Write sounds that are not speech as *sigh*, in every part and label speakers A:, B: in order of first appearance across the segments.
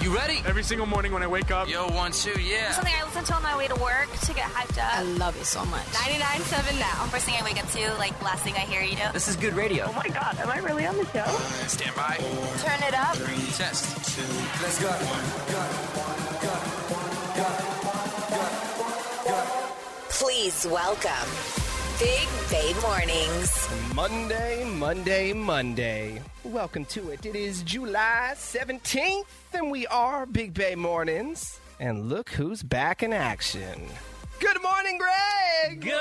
A: You ready?
B: Every single morning when I wake up,
A: Yo, one, two, yeah.
C: Something I listen to on my way to work to get hyped
D: I
C: up.
D: love it so much.
C: 99.7 now. First thing I wake up to, like last thing I hear, you know.
A: This is good radio.
E: Oh my god, am I really on the show?
A: Stand by.
C: Turn it up.
A: Test.
F: Let's go.
G: Please welcome Big Bay Mornings.
F: Monday, Monday, Monday. Welcome to it. It is July 17th, and we are Big Bay Mornings. And look who's back in action. Good morning, Greg!
H: Good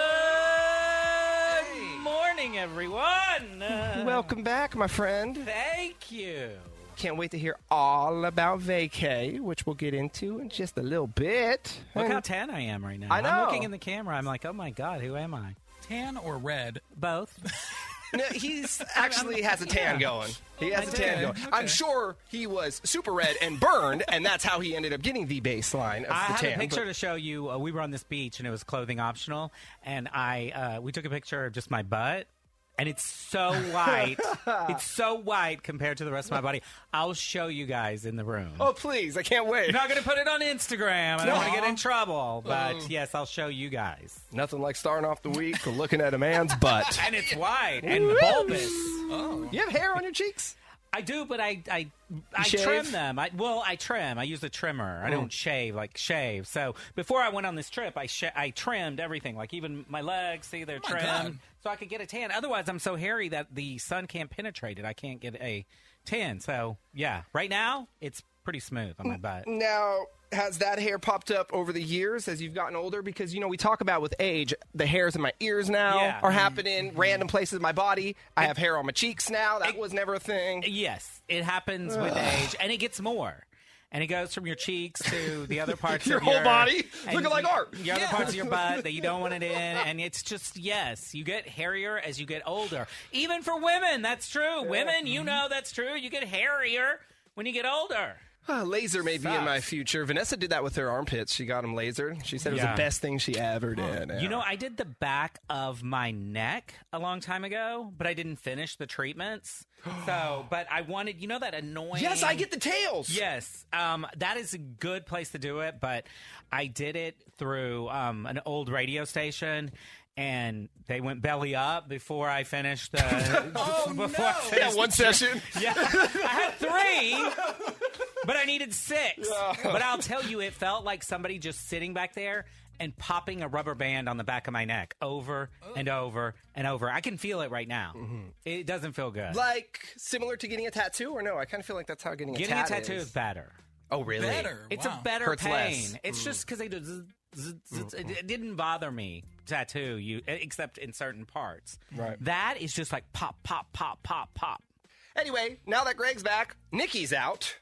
H: morning, everyone. *laughs* Uh,
F: Welcome back, my friend.
H: thank you.
F: Can't wait to hear all about vacay, which we'll get into in just a little bit.
H: Look
F: And-
H: how tan I am right now.
F: I know.
H: I'm looking in the camera. I'm like, oh my god, who am I?
I: Tan or red?
H: Both. *laughs*
F: No, he's actually has a tan going. He has a tan
I: did.
F: going. I'm sure he was super red and burned, and that's how he ended up getting the baseline of
H: I
F: the
H: have
F: tan.
H: a picture
F: but-
H: to show you. Uh, we were on this beach and it was clothing optional, and I uh, we took a picture of just my butt. And it's
F: *laughs*
H: so white. it's so white compared to the rest of my body. I'll show you guys in the room.
F: oh, please! I can't wait.
H: I'm not going to put it on Instagram. I don't want to get in trouble. But yes, I'll show you guys.
F: Nothing like starting off the week looking at a man's
H: *laughs*
F: butt.
H: And it's white and bulbous.
F: you have hair on your cheeks.
H: I do, but I I, I
F: shave?
H: trim them. I well, I trim. I use a trimmer. I don't shave like shave. So before I went on this trip, I sh- I trimmed everything, like even Oh my legs. See, they're trimmed,
I: God.
H: so I could get a tan. Otherwise, I'm so hairy that the sun can't penetrate it. I can't get a tan. So yeah, right now it's pretty smooth on my butt.
F: Now, has that hair popped up over the years as you've gotten older? Because you know we talk about with age, the hairs in my ears now
H: Yeah.
F: are happening, random places in my body. I have hair on my cheeks now. That was never a thing.
H: Yes, it happens with age, and it gets more. And it goes from your cheeks to
F: *laughs*
H: the other parts
F: Your
H: of
F: whole
H: your
F: body,
H: and
F: looking like art.
H: Your other parts of your butt that you don't want
F: *laughs*
H: it in, and it's just yes, you get hairier as you get older. Even for women, that's true. Women,
F: Mm-hmm.
H: you know that's true. You get hairier when you get older.
F: Ah, laser may be in
H: Sucks.
F: my future. Vanessa did that with her armpits. She got them lasered. She said it was the
H: Yeah.
F: best thing she ever did.
H: You know, I did the back of my neck a long time ago, but I didn't finish the treatments.
F: *gasps*
H: So, but I wanted, you know, that annoying.
F: yes, I get the tails.
H: Yes, um, that is a good place to do it, but I did it through um, an old radio station. And they went belly up before I finished the.
F: *laughs* Oh,
H: *laughs* before I
F: Yeah,
H: finished
F: one session.
H: yeah, I had three, but I needed six. But I'll tell you, it felt like somebody just sitting back there and popping a rubber band on the back of my neck over and over and over. I can feel it right now. It doesn't feel good.
F: *laughs* Mm-hmm. Like similar to getting a tattoo, or no? I kind of feel like that's how getting,
H: Getting a
F: tat
H: tattoo
F: is.
H: is better.
F: Oh, really?
I: Better.
H: It's
I: Wow.
H: a better
F: Hurts
H: pain.
F: less.
H: It's just because they do. Zzz, zzz, zzz, it, it didn't bother me tattoo you e, except in certain parts.
F: Right.
H: That is just like pop, pop, pop, pop, pop.
F: Anyway, now that Greg's back, Nikki's *laughs* out.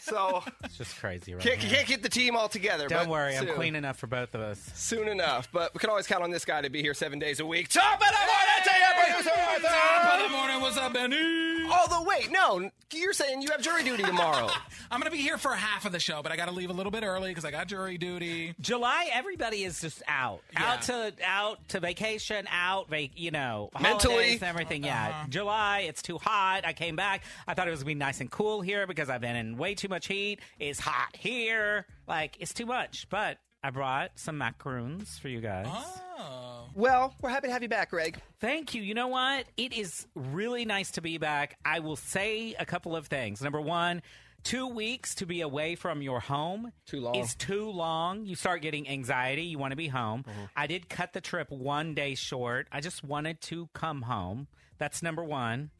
F: so
H: It's just crazy, right?
F: can't,
H: now.
F: can't get the team all together.
H: Don't
F: but
H: worry, I'm
F: soon-
H: clean enough for both of us.
F: Soon enough, but we can always count on this guy to be here seven days a week. Top of the morning to you, producer Arthur!
I: Good morning. What's up, Benny?
F: Although, wait, no, you're saying you have jury duty tomorrow.
I: I'm gonna be here for half of the show, but I gotta leave a little bit early because I got jury duty.
H: July, everybody is just out,
I: Yeah.
H: out to out to vacation, out, va- you know,
F: Mentally.
H: holidays and everything.
I: Uh-huh.
H: Yeah, July, it's too hot. I came back. I thought it was gonna be nice and cool here because I've been in way too much heat. It's hot here, like it's too much. But I brought some macaroons for you guys.
I: Oh.
F: *laughs* well, we're happy to have you back, Greg.
H: Thank you. You know what? It is really nice to be back. I will say a couple of things. Number one, two weeks to be away from your home
F: Too long.
H: is too long. You start getting anxiety. You want to be home.
F: Mm-hmm.
H: I did cut the trip one day short. I just wanted to come home. That's number one.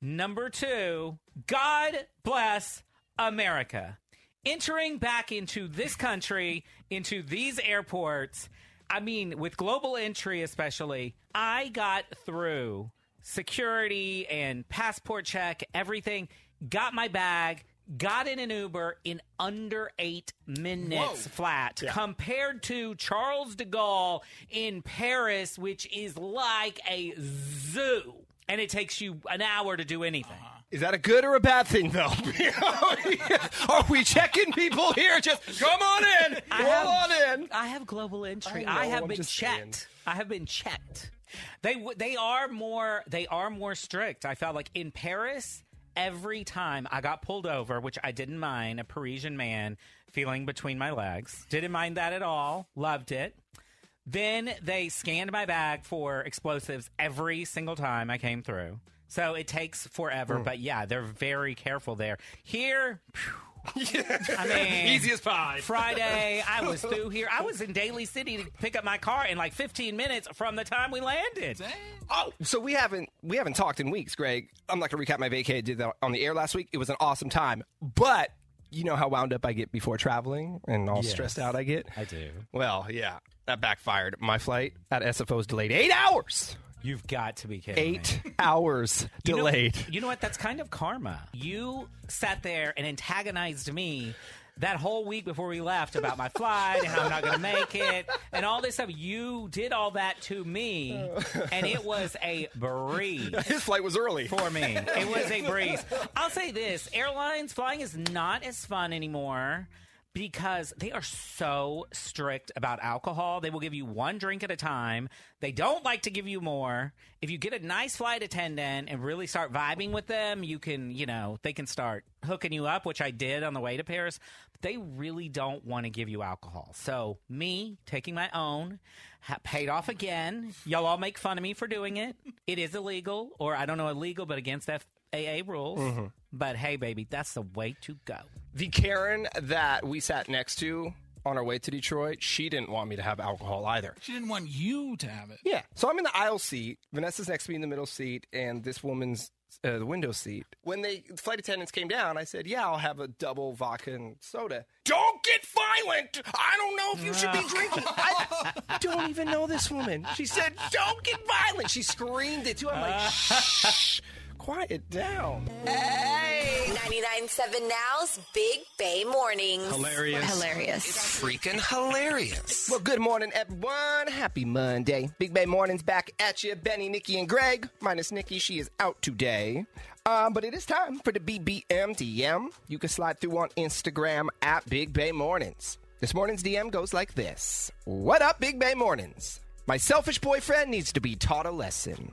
H: Number two, God bless America. Entering back into this country, into these airports, I mean, with global entry especially, I got through security and passport check, everything, got my bag, got in an Uber in under eight minutes flat compared to Charles de Gaulle in Paris, which is like a zoo. And it takes you an hour to do anything.
F: Is that a good or a bad thing, though? *laughs* Are we checking people here? Just come on in.
H: I
F: Roll on in.
H: I have global entry.
F: I know,
H: I, have
F: I'm
H: been
F: just saying.
H: checked. I have been checked. They w- they are more they are more strict. I felt like in Paris. every time I got pulled over, which I didn't mind, a Parisian man feeling between my legs. Didn't mind that at all. Loved it. Then they scanned my bag for explosives every single time I came through. So it takes
F: Hmm.
H: forever, but yeah, they're very careful there.
F: *laughs*
H: Here, phew, I mean,
B: Easy as pie.
H: Friday,
F: *laughs*
H: I was through here. I was in Daly City to pick up my car in like 15 minutes from the time we landed.
F: Oh, so we haven't we haven't talked in weeks, Greg. I'm not gonna recap my vacay. I did that on the air last week. It was an awesome time, but you know how wound up I get before traveling and all stressed out I get.
H: I do.
F: Well, yeah, that backfired. My flight at SFO was delayed eight hours.
H: You've got to be kidding. me.
F: Eight hours delayed.
H: You know, you know what? That's kind of karma. You sat there and antagonized me that whole week before we left about my flight and how I'm not going to make it and all this stuff. You did all that to me, and it was a breeze.
F: His flight was early.
H: For me, it was a breeze. I'll say this airlines flying is not as fun anymore because they are so strict about alcohol. They will give you one drink at a time. They don't like to give you more. If you get a nice flight attendant and really start vibing with them, you can, you know, they can start hooking you up, which I did on the way to Paris. But they really don't want to give you alcohol. So, me taking my own ha- paid off again. Y'all all make fun of me for doing it. It is illegal or I don't know illegal but against FAA rules. But hey baby, that's the way to go.
F: The Karen that we sat next to on our way to Detroit, she didn't want me to have alcohol either.
I: She didn't want you to have it.
F: Yeah. So I'm in the aisle seat. Vanessa's next to me in the middle seat, and this woman's uh, the window seat. When they the flight attendants came down, I said, "Yeah, I'll have a double vodka and soda." Don't get violent. I don't know if you should be drinking. I don't even know this woman. She said, "Don't get violent." She screamed it too. I'm like, "Shh, quiet down."
G: 99.7 Now's Big Bay Mornings.
B: Hilarious.
C: Hilarious.
A: Freaking hilarious.
F: Well, good morning, everyone. Happy Monday. Big Bay Mornings back at you. Benny, Nikki, and Greg. Minus Nikki, she is out today. Um, but it is time for the BBM DM. You can slide through on Instagram at Big Bay Mornings. This morning's DM goes like this What up, Big Bay Mornings? My selfish boyfriend needs to be taught a lesson.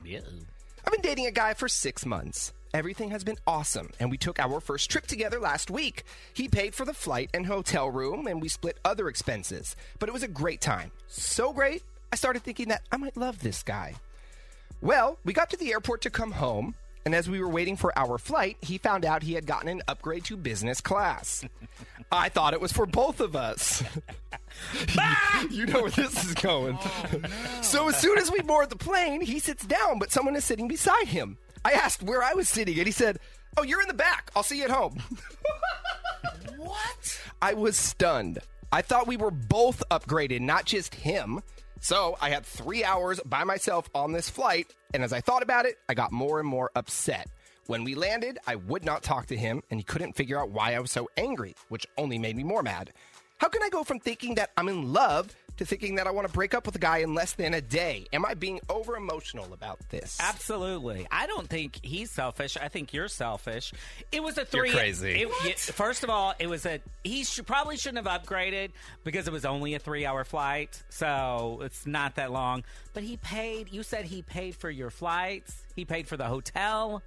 F: I've been dating a guy for six months. Everything has been awesome, and we took our first trip together last week. He paid for the flight and hotel room, and we split other expenses. But it was a great time. So great, I started thinking that I might love this guy. Well, we got to the airport to come home, and as we were waiting for our flight, he found out he had gotten an upgrade to business class. I thought it was for both of us. *laughs* you know where this is going. So as soon as we board the plane, he sits down, but someone is sitting beside him. I asked where I was sitting, and he said, Oh, you're in the back. I'll see you at home. what? I was stunned. I thought we were both upgraded, not just him. So I had three hours by myself on this flight, and as I thought about it, I got more and more upset. When we landed, I would not talk to him, and he couldn't figure out why I was so angry, which only made me more mad. How can I go from thinking that I'm in love to thinking that I want to break up with a guy in less than a day? Am I being over emotional about this?
H: Absolutely. I don't think he's selfish. I think you're selfish. It was a 3
F: crazy.
H: it- yeah, first of all, it was a he should, probably shouldn't have upgraded because it was only a three hour flight, so it's not that long. But he paid. You said he paid for your flights. He paid for the hotel.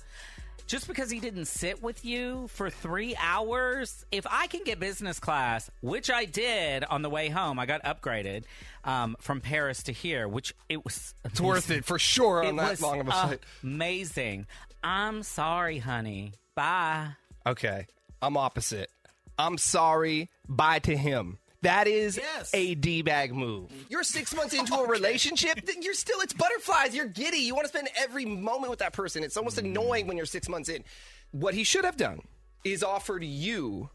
H: Just because he didn't sit with you for three hours, if I can get business class, which I did on the way home, I got upgraded um, from Paris to here, which it was
F: It's worth it for sure on
H: it
F: that
H: was
F: long of a flight.
H: Amazing. I'm sorry, honey. Bye.
F: Okay. I'm opposite. I'm sorry. Bye to him. That is
I: Yes.
F: a D bag move. You're six months into a relationship, then you're still, it's butterflies. You're giddy. You want to spend every moment with that person. It's almost annoying when you're six months in. What he should have done is offered you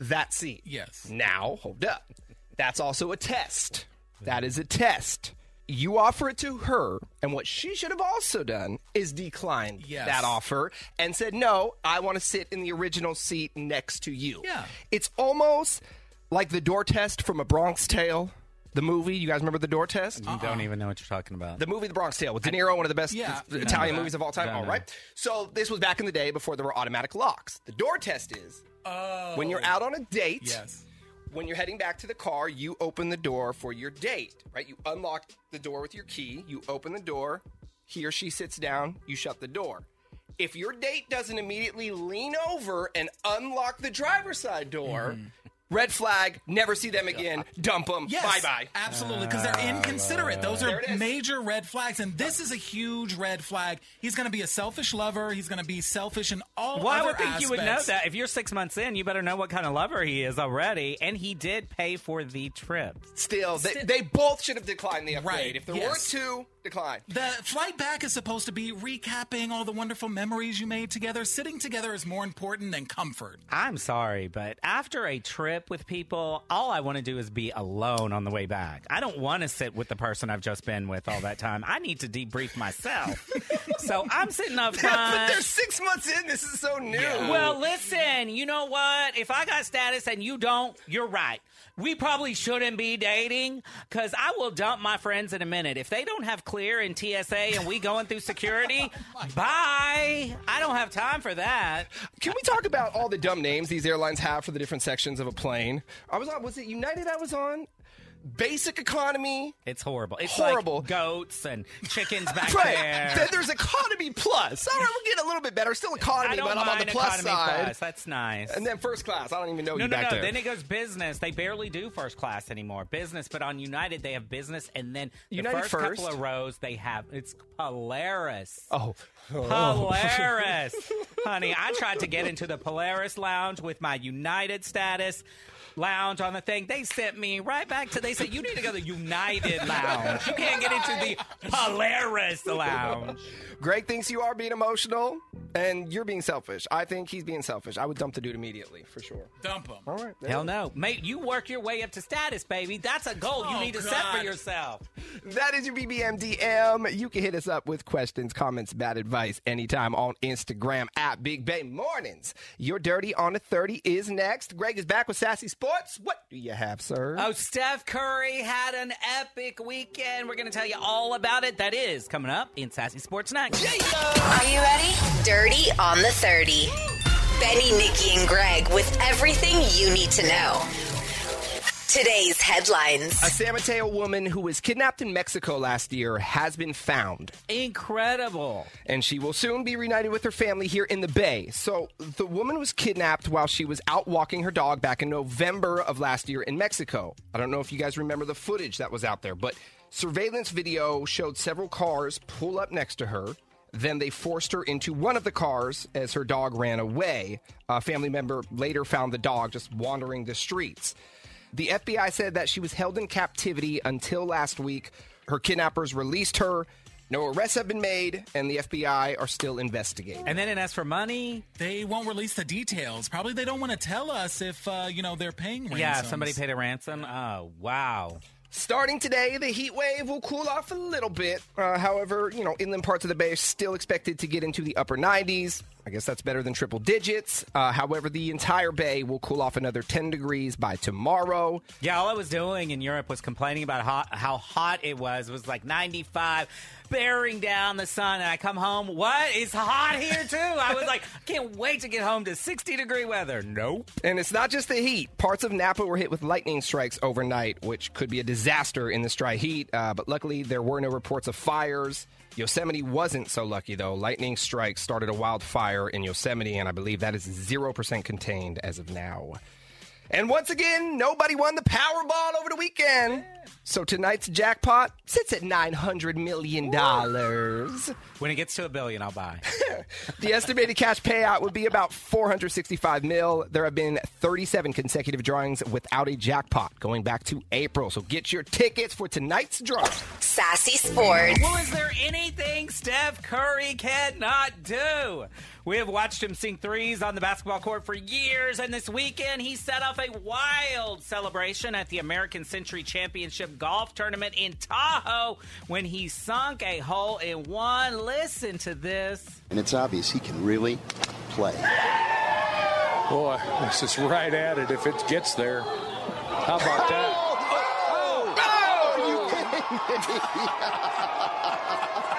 F: that seat.
I: Yes.
F: Now, hold up. That's also a test. That is a test. You offer it to her, and what she should have also done is declined
I: Yes.
F: that offer and said, No, I want to sit in the original seat next to you.
I: Yeah.
F: It's almost like the door test from A Bronx Tale, the movie. You guys remember the door test?
H: You don't even know what you're talking about.
F: The movie The Bronx Tale with De Niro, one of the best
I: Yeah.
F: Italian
I: No.
F: movies of all time. All right. So this was back in the day before there were automatic locks. The door test is
I: Oh.
F: when you're out on a date
I: Yes.
F: when you're heading back to the car, you open the door for your date, right? You unlock the door with your key, you open the door, he or she sits down, you shut the door. if your date doesn't immediately lean over and unlock the driver's side door,
I: Mm-hmm.
F: red flag, never see them again, dump them, bye bye.
I: Absolutely, because they're
H: Ah.
I: inconsiderate. Those
F: There
I: are
F: it is.
I: major red flags, and this is a huge red flag. He's going to be a selfish lover. He's going to be selfish in all.
H: Well, I
I: other
H: would think you would know
I: aspects.
H: that. If you're six months in, you better know what kind of lover he is already. And he did pay for the trip.
F: Still, they, they both should have declined the upgrade.
I: Right,
F: If there
I: yes.
F: were two, decline.
I: The flight back is supposed to be recapping all the wonderful memories you made together. Sitting together is more important than comfort.
H: I'm sorry, but after a trip with people, all I want to do is be alone on the way back. I don't want to sit with the person I've just been with all that time. I need to
F: *laughs*
H: debrief myself. so I'm sitting up
F: but they're
H: front.
F: six months in. This is so new.
H: Well, listen, you know what? If I got status and you don't, you're right. We probably shouldn't be dating because I will dump my friends in a minute. If they don't have clear and TSA and we going
F: *laughs*
H: through security,
F: Oh
H: bye. I don't have time for that.
F: Can we talk about all the dumb names these airlines have for the different sections of a plane? I was on, was it United I was on? Basic economy.
H: It's horrible. It's
F: Horrible.
H: Like goats and
F: *laughs*
H: chickens back
F: Right. Then
H: there.
F: there's economy plus. All right, we're getting a little bit better. Still economy,
H: I don't
F: but I'm
H: mind
F: on the plus
H: economy
F: side.
H: Plus. That's nice.
F: And then first class. I don't even know
H: no,
F: you
H: no,
F: back
H: no.
F: there.
H: Then it goes business. They barely do first class anymore. Business, but on United they have business, and then the
F: United
H: first, couple
F: first?
H: of rows they have it's Polaris.
F: oh. *laughs*
H: Polaris, honey. I tried to get into the Polaris lounge with my United status lounge on the thing. They sent me right back to. They said you need to go to the United lounge. You can't get into the
F: *laughs*
H: Polaris lounge.
F: Greg thinks you are being emotional and you're being selfish. I think he's being selfish. I would dump the dude immediately for sure.
I: Dump him.
F: All right. there
H: Hell
F: it
H: no. Mate, you work your way up to status, baby. That's a goal you
I: Oh,
H: need to set for
I: God.
H: yourself.
F: That is your BBMDM. You can hit us up with questions, comments, bad advice anytime on Instagram at Big Bay Mornings. Your Dirty on the 30 is next. Greg is back with Sassy Sports. What do you have, sir?
H: Oh, Steph Curry had an epic weekend. We're going to tell you all about it. That is coming up in Sassy Sports Next.
G: Are you ready? Dirty on the 30. Benny, Nikki, and Greg with everything you need to know. Today's headlines.
F: A San Mateo woman who was kidnapped in Mexico last year has been found,
H: Incredible.
F: and she will soon be reunited with her family here in the Bay. So, the woman was kidnapped while she was out walking her dog back in November of last year in Mexico. I don't know if you guys remember the footage that was out there, but surveillance video showed several cars pull up next to her. Then they forced her into one of the cars as her dog ran away. A family member later found the dog just wandering the streets. The FBI said that she was held in captivity until last week. Her kidnappers released her. No arrests have been made, and the FBI are still investigating.
H: And then it asked for money.
I: They won't release the details. Probably they don't want to tell us if uh, you know they're paying ransoms.
H: Yeah, somebody paid a ransom. Oh, wow.
F: Starting today, the heat wave will cool off a little bit. Uh, however, you know, inland parts of the bay are still expected to get into the upper 90s. I guess that's better than triple digits. Uh, however, the entire bay will cool off another 10 degrees by tomorrow.
H: Yeah, all I was doing in Europe was complaining about hot, how hot it was. It was like 95, bearing down the sun. And I come home, what? It's hot here too. I was like, I can't wait to get home to 60 degree weather. Nope.
F: And it's not just the heat. Parts of Napa were hit with lightning strikes overnight, which could be a disaster in this dry heat. Uh, but luckily, there were no reports of fires. Yosemite wasn't so lucky, though. Lightning strikes started a wildfire in Yosemite, and I believe that is 0% contained as of now. And once again, nobody won the Powerball over the weekend. So tonight's jackpot sits at $900 million.
H: When it gets to a billion, I'll buy.
F: The estimated cash payout would be about 465 mil. There have been 37 consecutive drawings without a jackpot going back to April. So get your tickets for tonight's draw.
G: Sassy Sports.
H: Well, is there anything Steph Curry cannot do? We have watched him sink threes on the basketball court for years, and this weekend he set off a wild celebration at the American Century Championship Golf Tournament in Tahoe when he sunk a hole in one. Listen to this.
B: and it's obvious he can really play.
D: Boy, this is right at it if it gets there. How about that?
B: Are you kidding me?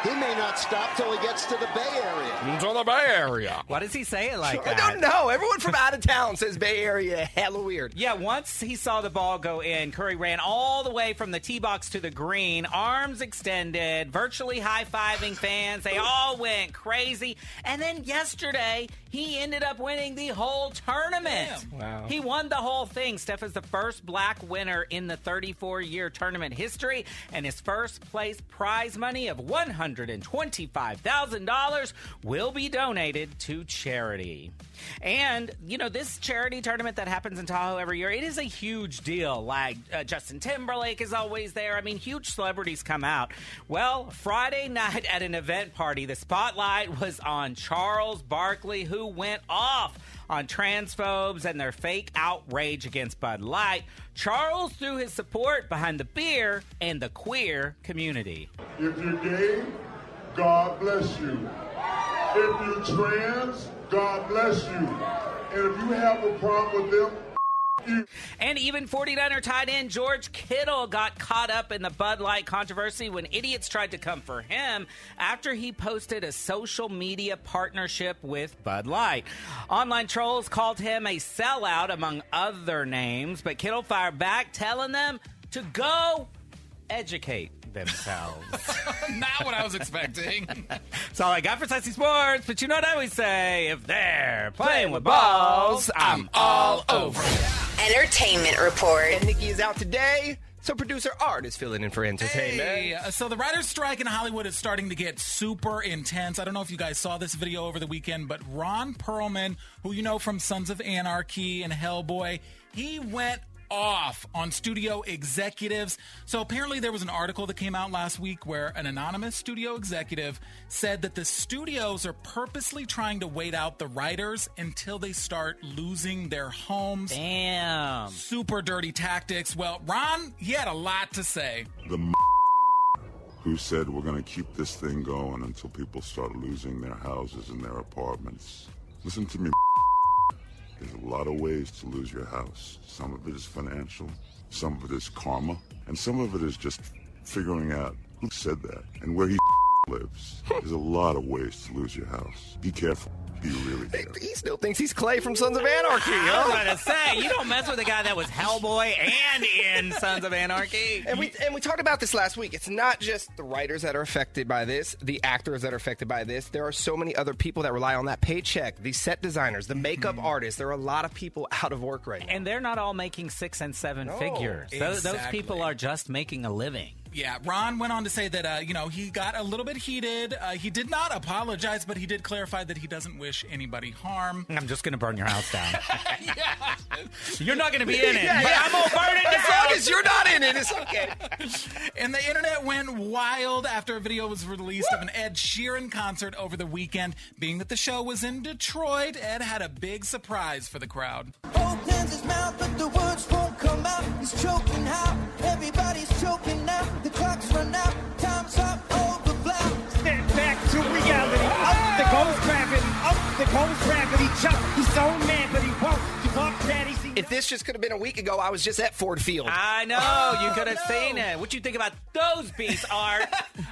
B: He may not stop till he gets to the Bay Area.
D: Into the Bay Area.
H: Why does he say it like
F: I
H: that?
F: don't know. Everyone from out of town says Bay Area hella weird.
H: Yeah, once he saw the ball go in, Curry ran all the way from the tee box to the green, arms extended, virtually high fiving fans. They all went crazy. And then yesterday, he ended up winning the whole tournament.
I: Damn.
F: Wow.
H: He won the whole thing. Steph is the first black winner in the 34 year tournament history, and his first place prize money of $125,000 will be donated to charity. And, you know, this charity tournament that happens in Tahoe every year, it is a huge deal. Like uh, Justin Timberlake is always there. I mean, huge celebrities come out. Well, Friday *laughs* night at an event party, the spotlight was on Charles Barkley, who went off on transphobes and their fake outrage against Bud Light, Charles threw his support behind the beer and the queer community.
J: If you're gay, God bless you. If you're trans, God bless you. And if you have a problem with them,
H: And even 49er tight end George Kittle got caught up in the Bud Light controversy when idiots tried to come for him after he posted a social media partnership with Bud Light. Online trolls called him a sellout, among other names, but Kittle fired back, telling them to go educate themselves.
I: Not what I was expecting.
H: *laughs* That's all I got for Sassy Sports, but you know what I always say if they're playing with balls,
F: balls,
H: I'm all over.
G: Entertainment Report.
F: And Nikki is out today, so producer Art is filling in for entertainment.
I: Hey, uh, so the writer's strike in Hollywood is starting to get super intense. I don't know if you guys saw this video over the weekend, but Ron Perlman, who you know from Sons of Anarchy and Hellboy, he went off on studio executives. So apparently there was an article that came out last week where an anonymous studio executive said that the studios are purposely trying to wait out the writers until they start losing their homes.
H: Damn.
I: Super dirty tactics. Well, Ron, he had a lot to say.
J: the who said we're going to keep this thing going until people start losing their houses and their apartments. Listen to me. There's a lot of ways to lose your house. Some of it is financial, some of it is karma, and some of it is just figuring out who said that and where he *laughs* lives. There's a lot of ways to lose your house. Be careful. Be really careful.
F: He still thinks he's Clay from Sons of Anarchy.
H: I
F: Huh?
H: was about to say, you don't mess with a guy that was Hellboy and in Sons of Anarchy.
F: And we and we talked about this last week. It's not just the writers that are affected by this, the actors that are affected by this. There are so many other people that rely on that paycheck. The set designers, the makeup
H: Mm-hmm.
F: artists. There are a lot of people out of work right now.
H: And they're not all making six and seven
F: No,
H: figures. Tho- Those
I: exactly.
H: people are just making a living.
I: Yeah, Ron went on to say that, uh, you know, he got a little bit heated. Uh, he did not apologize, but he did clarify that he doesn't wish anybody harm.
H: I'm just going to burn your
F: *laughs*
H: house down. You're not going to be in it,
F: Yeah,
H: but
F: yeah.
H: I'm going to burn it
F: As
H: down.
F: long as you're not in it, it's okay.
I: And the internet went wild after a video was released of an Ed Sheeran concert over the weekend. Being that the show was in Detroit, Ed had a big surprise for the crowd.
K: Opens his mouth, but the words won't come out. He's choking out. Everybody's choking now. The clock's run out. Time's up. Over block.
L: Step back to reality. Up the goes gravity. Up the goes gravity. Jump. He's so mad, but he won't give up. Daddy, see.
F: If this just could have been a week ago, I was just at Ford Field.
H: I know.
F: Oh,
H: you could have seen it. What you think about those beats,
F: *laughs*
H: Art?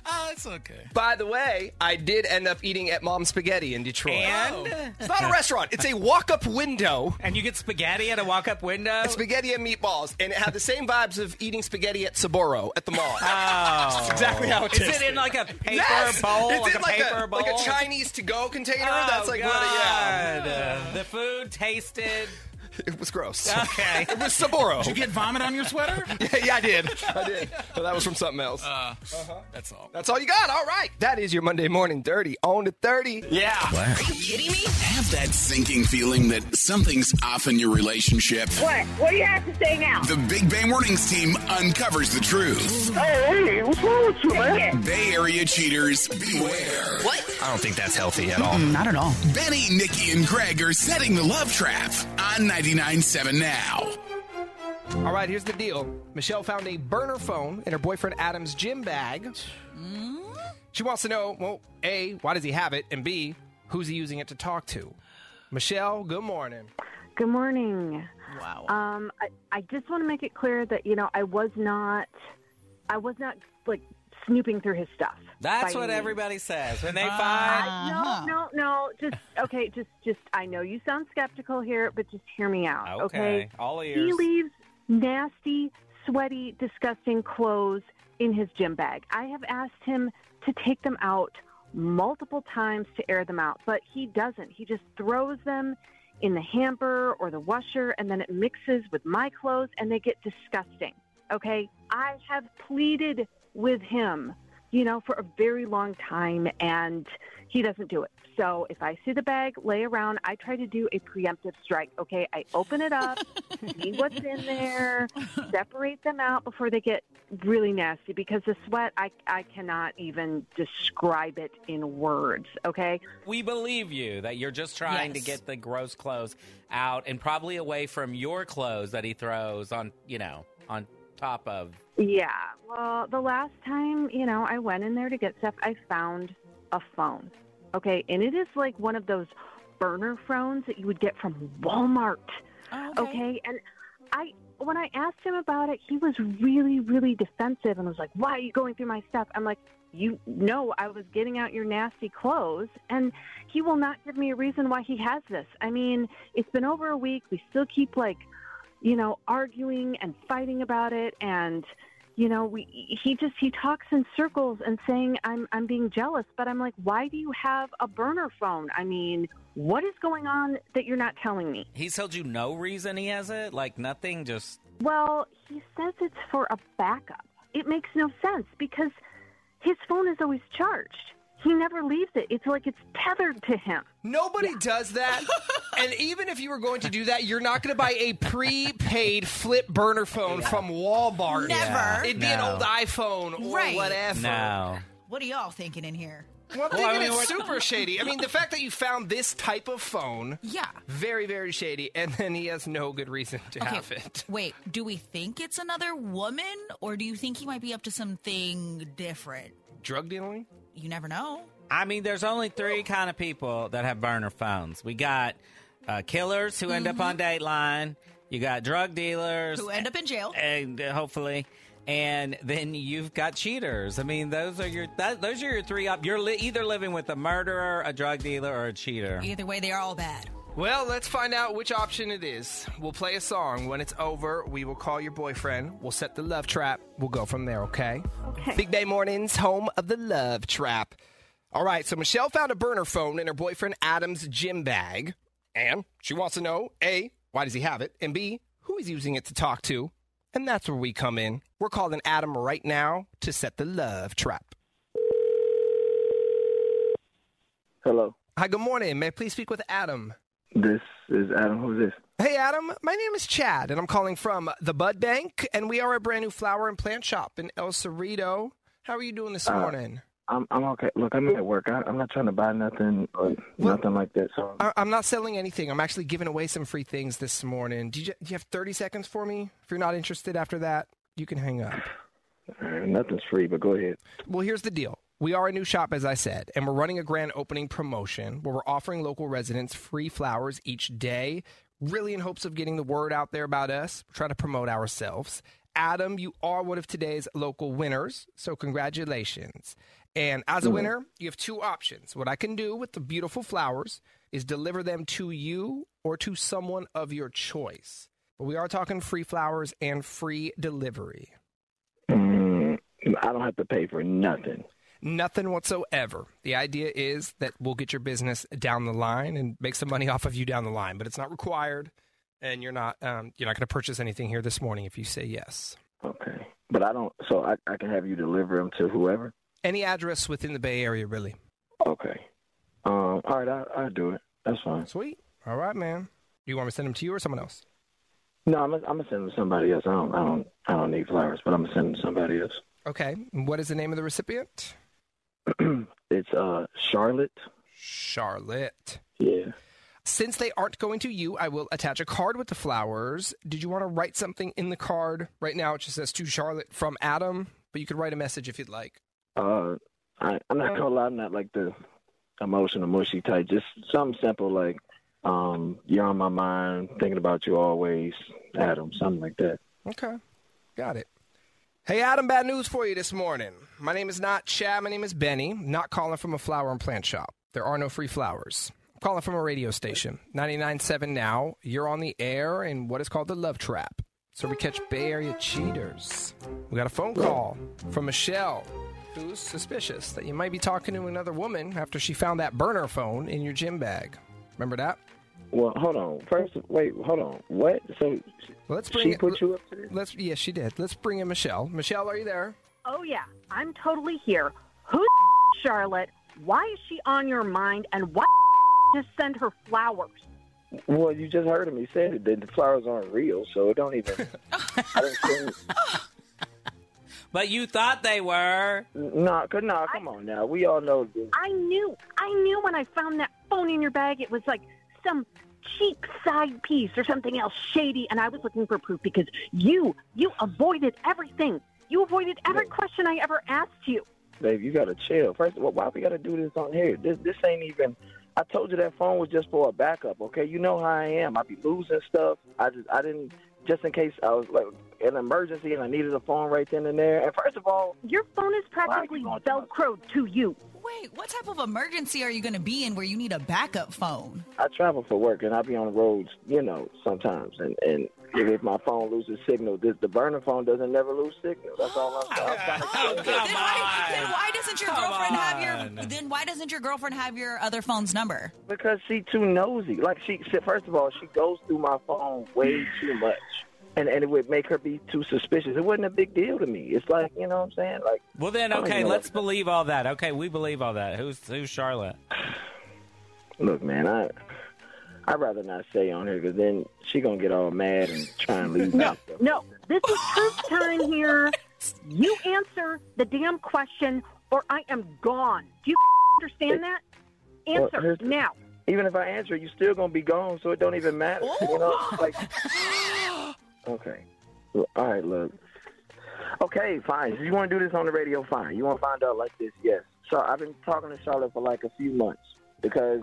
I: Oh, it's okay.
F: By the way, I did end up eating at Mom's Spaghetti in Detroit. Oh.
H: and,
F: it's not a restaurant. It's a walk-up window.
H: and you get spaghetti at a walk-up window?
F: Spaghetti and meatballs, and it had the same vibes of eating spaghetti at Saburo at the mall.
H: Ah.
F: That's exactly how it
H: Oh. Is
F: tasted.
H: it in like a paper
F: Yes!
H: bowl?
F: It's
H: like
F: in
H: a paper bowl?
F: like a Chinese to-go container.
H: Oh,
F: That's like
H: God.
F: what. It, yeah,
H: Uh, The
F: *laughs*
H: food tasted.
F: it was gross. *laughs*
H: Okay.
F: it was Saburo.
I: Did you get vomit on your sweater?
F: *laughs* yeah, I did. I did. But that was from something else.
H: Uh,
F: Uh-huh.
I: That's all.
F: That's all you got. All right. That is your Monday morning dirty on the thirty. Yeah.
M: Have that sinking feeling that something's off in your relationship.
E: What? What do you have to say now?
M: The Big Bang Warnings team uncovers the truth.
J: Hey, hey, what's wrong with you, man?
M: Bay Area cheaters, beware.
G: What?
F: I don't think that's healthy at all.
L: Not at all.
M: Benny, Nikki, and Greg are setting the love trap on 99.7 now.
F: All right, here's the deal. Michelle found a burner phone in her boyfriend Adam's gym bag.
H: Hmm?
F: She wants to know, well, A, why does he have it? And B, who's he using it to talk to? Michelle, good morning.
E: Good morning.
L: Wow.
E: Um, I, I just want to make it clear that you know I was not, I was not like snooping through his stuff.
N: That's
E: by
N: what
E: any
N: everybody says when they
E: I-
N: find.
E: No, no, no. Just okay. Just, just. I know you sound skeptical here, but just hear me
H: *laughs*
E: out. Okay.
N: Okay, all
E: He
N: ears.
E: leaves nasty, sweaty, disgusting clothes in his gym bag. I have asked him to take them out multiple times to air them out, but he doesn't. He just throws them in the hamper or the washer, and then it mixes with my clothes, and they get disgusting. Okay. I have pleaded with him you know, for a very long time, and he doesn't do it. So if I see the bag lay around, I try to do a preemptive strike. Okay, I open it up, see what's in there, separate them out before they get really nasty because the sweat, I, I cannot even describe it in words. Okay,
N: We believe you that you're just trying to
E: Yes.
N: get the gross clothes out and probably away from your clothes that he throws on, you know, on top of.
E: Yeah. Well, the last time, you know, I went in there to get stuff, I found a phone. Okay. And it is like one of those burner phones that you would get from Walmart. okay. And I, when I asked him about it, he was really, really defensive and was like, why are you going through my stuff? I'm like, you know, I was getting out your nasty clothes, and he will not give me a reason why he has this. I mean, it's been over a week. We still keep like you know, arguing and fighting about it and you know, we he just he talks in circles and saying I'm I'm being jealous, but I'm like, why do you have a burner phone? I mean, what is going on that you're not telling me?
N: He's told you no reason he has it, like nothing, just
E: Well, he says it's for a backup. It makes no sense because his phone is always charged. He never leaves it. It's like it's tethered to him.
F: Nobody does
O: *laughs*
F: that. and even if you were going to do that, you're not going to buy a prepaid flip burner phone from Walmart.
O: Never. Yeah,
F: It'd be
O: no.
F: an old iPhone or
O: Right.
F: whatever.
N: no.
O: What are y'all thinking in here?
F: Well, I'm thinking it's super shady. I mean, the fact that you found this type of phone,
O: Yeah.
F: very, very shady, and then he has no good reason to
O: Okay.
F: have it.
O: Wait, do we think it's another woman, or do you think he might be up to something different?
F: Drug dealing?
O: You never know.
N: I mean, there's only three kind of people that have burner phones. We got uh, killers who end up on
E: Mm-hmm.
N: Dateline. You got drug dealers
O: Who *laughs* end up in jail?
N: and uh, hopefully, and then you've got cheaters. I mean, those are your that, those are your three up. You're li- either living with a murderer, a drug dealer, or a cheater.
O: Either way, they are all bad.
F: Well, let's find out which option it is. We'll play a song. When it's over, we will call your boyfriend. We'll set the love trap. We'll go from there, okay? Okay. Big Bay Mornings, home of the love trap. All right, so Michelle found a burner phone in her boyfriend Adam's gym bag. And she wants to know A, why does he have it? And B, who he's using it to talk to? And that's where we come in. We're calling Adam right now to set the love trap.
P: Hello.
F: Hi, good morning. May I please speak with Adam?
P: This is Adam. Who's this?
F: Hey, Adam. My name is Chad, and I'm calling from the Bud Bank, and we are a brand new flower and plant shop in El Cerrito. How are you doing this
P: Uh,
F: morning?
P: I'm I'm okay. Look, I'm at work. I, I'm not trying to buy nothing or nothing like that. So
F: I- I'm not selling anything. I'm actually giving away some free things this morning. Do you, do you have 30 seconds for me? If you're not interested after that, you can hang up.
P: uh, nothing's free. But go ahead.
F: Well, here's the deal. We are a new shop, as I said, and we're running a grand opening promotion where we're offering local residents free flowers each day, really in hopes of getting the word out there about us, We're trying to promote ourselves. Adam, you are one of today's local winners, so congratulations. And as a
P: Mhm.
F: winner, you have two options. What I can do with the beautiful flowers is deliver them to you or to someone of your choice. But we are talking free flowers and free delivery.
P: Mm, I don't have to pay for nothing.
F: Nothing whatsoever. The idea is that we'll get your business down the line and make some money off of you down the line, but it's not required, and you're not um, you're not going to purchase anything here this morning if you say yes.
P: Okay. But I don't. So I I can have you deliver them to whoever.
F: Any address within the Bay Area, really.
P: Okay. Um. All right. I I'll do it. That's fine.
F: Sweet. All right, man. Do you want me to send them to you or someone else?
P: No, I'm I'm gonna send them to somebody else. I don't I don't I don't need flowers, but I'm gonna send them to somebody else.
F: Okay. And What is the name of the recipient?
P: It's uh Charlotte.
F: Charlotte.
P: Yeah.
F: Since they aren't going to you, I will attach a card with the flowers. Did you want to write something in the card? Right now, it just says to Charlotte from Adam, but you could write a message if you'd like.
P: Uh, I, I'm not gonna lie, I'm not like the emotional mushy type. Just something simple like, um, you're on my mind, thinking about you always, Adam, something like that.
F: Okay. Got it. Hey, Adam, bad news for you this morning. My name is not Chad. My name is Benny. I'm not calling from a flower and plant shop. There are no free flowers. I'm calling from a radio station, 99.7 now. You're on the air in what is called the Love Trap. So we catch Bay Area cheaters. We got a phone call from Michelle, who's suspicious that you might be talking to another woman after she found that burner phone in your gym bag. Remember that?
P: Well, hold on. First, wait, hold on. What? So
F: Let's bring
P: she
F: it-
P: put you up to
F: Let's. Yes, she did. Let's bring in Michelle. Michelle, are you there?
E: Oh, yeah, I'm totally here. Who Charlotte? Why is she on your mind? And why just send her flowers?
P: this? Well, you just heard me say it. The flowers aren't real, so it don't even. I don't think.
H: But you thought they were.
P: Nah, c- nah, come on now. We all know this.
E: I knew, I knew when I found that phone in your bag, it was like some cheap side piece or something else shady, and I was looking for proof because you, you avoided everything. You avoided every question I ever asked you.
P: Babe, you gotta chill. First of all, why we gotta do this on here? This this ain't even. I told you that phone was just for a backup. Okay, you know how I am. I be losing stuff. I just I didn't just in case I was like an emergency and I needed a phone right then and there. And first of all,
E: your phone is practically velcroed to you.
G: Wait, what type of emergency are you going to be in where you need a backup phone?
P: I travel for work and I be on the roads, you know, sometimes. And and if my phone loses signal, this the burner phone doesn't never lose signal. That's all I'm saying.
N: Oh,
H: Oh,
G: Then why doesn't your girlfriend have your? Then why doesn't your girlfriend have your other phone's number?
P: Because she too nosy. Like she, she first of all, she goes through my phone way too much, and and it would make her be too suspicious. It wasn't a big deal to me. It's like you know what I'm saying. Like
H: Well, then,
P: I don't
H: okay,
P: know.
H: let's believe all that. Okay, we believe all that. Who's who's Charlotte?
P: look, man, I I'd rather not say on here because then she gonna get all mad and try and leave.
E: No, no, this is truth time here. You answer the damn question, or I am gone. Do you understand that?
P: Well,
E: Answer
P: here's the-
E: now.
P: Even if I answer, you still gonna be gone, so it don't even matter. You know,
E: *gasps*
P: like okay, Well, all right, look, okay, fine. If you want to do this on the radio, fine. You want to find out like this, yes. So I've been talking to Charlotte for like a few months because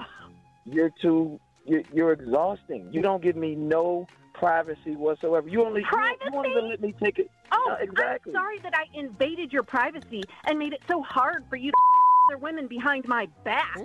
P: you're too you're, you're exhausting. You don't give me no privacy whatsoever. You only You, you won't even let me take it.
E: Oh,
P: No, exactly.
E: I'm sorry that I invaded your privacy and made it so hard for you to other women behind my back.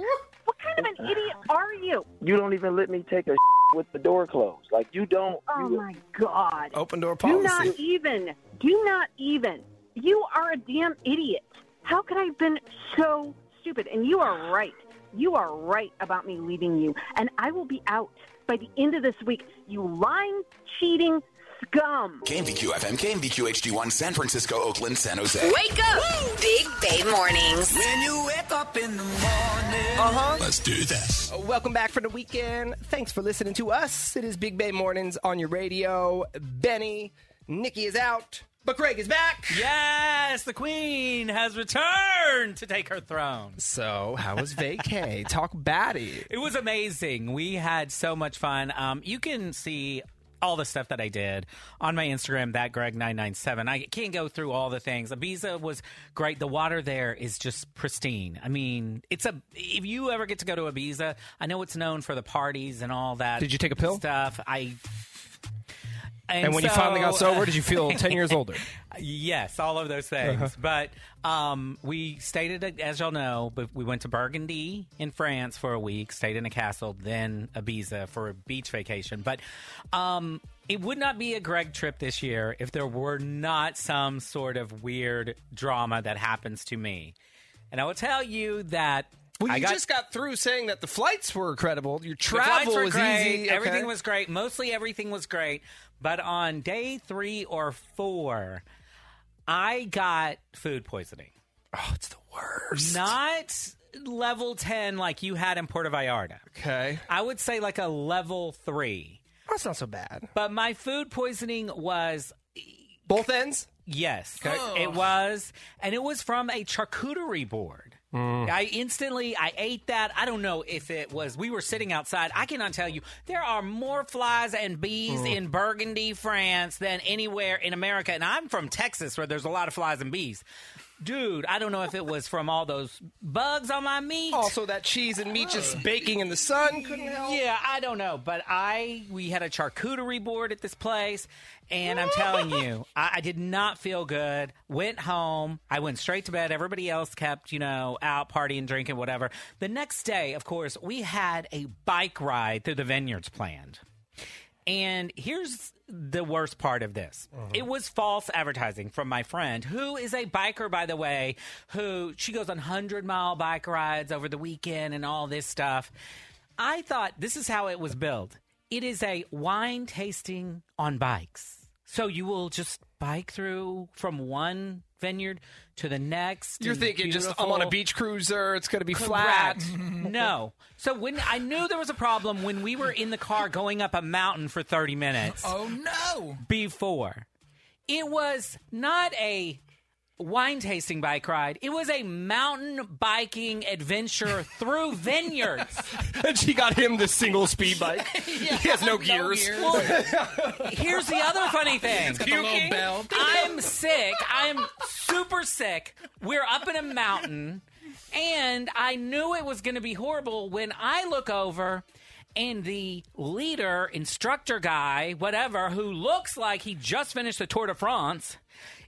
E: What kind of an idiot are you?
P: You don't even let me take a with the door closed. Like you don't.
E: Oh my God!
F: Open door
E: Do not even. Do not even. You are a damn idiot. How could I have been so stupid? And you are right. You are right about me leaving you. And I will be out by the end of this week. You lying, cheating scum.
I: KMVQ FM, KMVQ HD1, San Francisco, Oakland, San Jose.
Q: Wake up. Big Bay Mornings.
I: When you wake up in the morning.
F: Uh
H: Uh-huh.
F: huh.
I: Let's do this.
F: Welcome back for the weekend. Thanks for listening to us. It is Big Bay Mornings on your radio. Benny, Nikki is out, but Greg is back.
H: Yes, the queen has returned to take her throne.
F: So, how was *laughs* vacay? Talk batty.
H: It was amazing. We had so much fun. Um, you can see all the stuff that I did on my Instagram, that Greg997. I can't go through all the things. Ibiza was great. The water there is just pristine. I mean, it's a if you ever get to go to Ibiza, I know it's known for the parties and all that.
F: Did you take a pill?
H: Stuff. I
F: And when you finally got
H: so, uh,
F: sober, did you feel 10
H: *laughs*
F: years older?
H: Yes, all of those
F: Uh-huh.
H: things. But um, we stayed at, a, as y'all know, but we went to Burgundy in France for a week, stayed in a castle, then Ibiza for a beach vacation. But um, it would not be a Greg trip this year if there were not some sort of weird drama that happens to me. And I will tell you that.
F: Well, you
H: I got,
F: just got through saying that the flights were credible. Your
H: the flights
F: travel
H: were
F: was
H: great.
F: easy. okay.
H: Everything was great. Mostly everything was great. But on day three or four, I got food poisoning.
F: Oh, it's the worst.
H: Not level 10 like you had in Puerto Vallarta.
F: Okay.
H: I would say like a level three.
F: That's Oh, not so bad.
H: But my food poisoning was
F: both ends.
H: Yes,
F: Okay. Oh.
H: it was, and it was from a charcuterie board.
F: Mm.
H: I instantly I ate that. I don't know if it was. We were sitting outside. I cannot tell you. There are more flies and bees
F: Mm.
H: in Burgundy, France, than anywhere in America. And I'm from Texas, where there's a lot of flies and bees. Dude, I don't know if it was from all those bugs on my meat.
F: Also, that cheese and meat *sighs* just baking in the sun couldn't help.
H: Yeah, I don't know, but I we had a charcuterie board at this place, and I'm telling you, I, I did not feel good. Went home. I went straight to bed. Everybody else kept, you know, out partying, drinking, whatever. The next day, of course, we had a bike ride through the vineyards planned. And here's the worst part of this uh-huh. it was false advertising from my friend, who is a biker, by the way, who she goes on 100 mile bike rides over the weekend and all this stuff. I thought this is how it was built it is a wine tasting on bikes. So you will just bike through from one vineyard to the next.
F: You're thinking beautiful. just I'm on a beach cruiser, it's going to be Correct. flat.
H: no. So when I knew there was a problem when we were in the car going up a mountain for 30 minutes.
I: Oh no.
H: Before. It was not a wine tasting bike ride. It was a mountain biking adventure through vineyards.
F: and she got him the single
H: *laughs*
F: speed bike. yeah, he has no, no gears. gears.
H: Well, here's the other funny thing.
I: Puking.
H: I'm sick. I'm super sick. We're up in a mountain and I knew it was going to be horrible when I look over and the leader, instructor guy, whatever, who looks like he just finished the Tour de France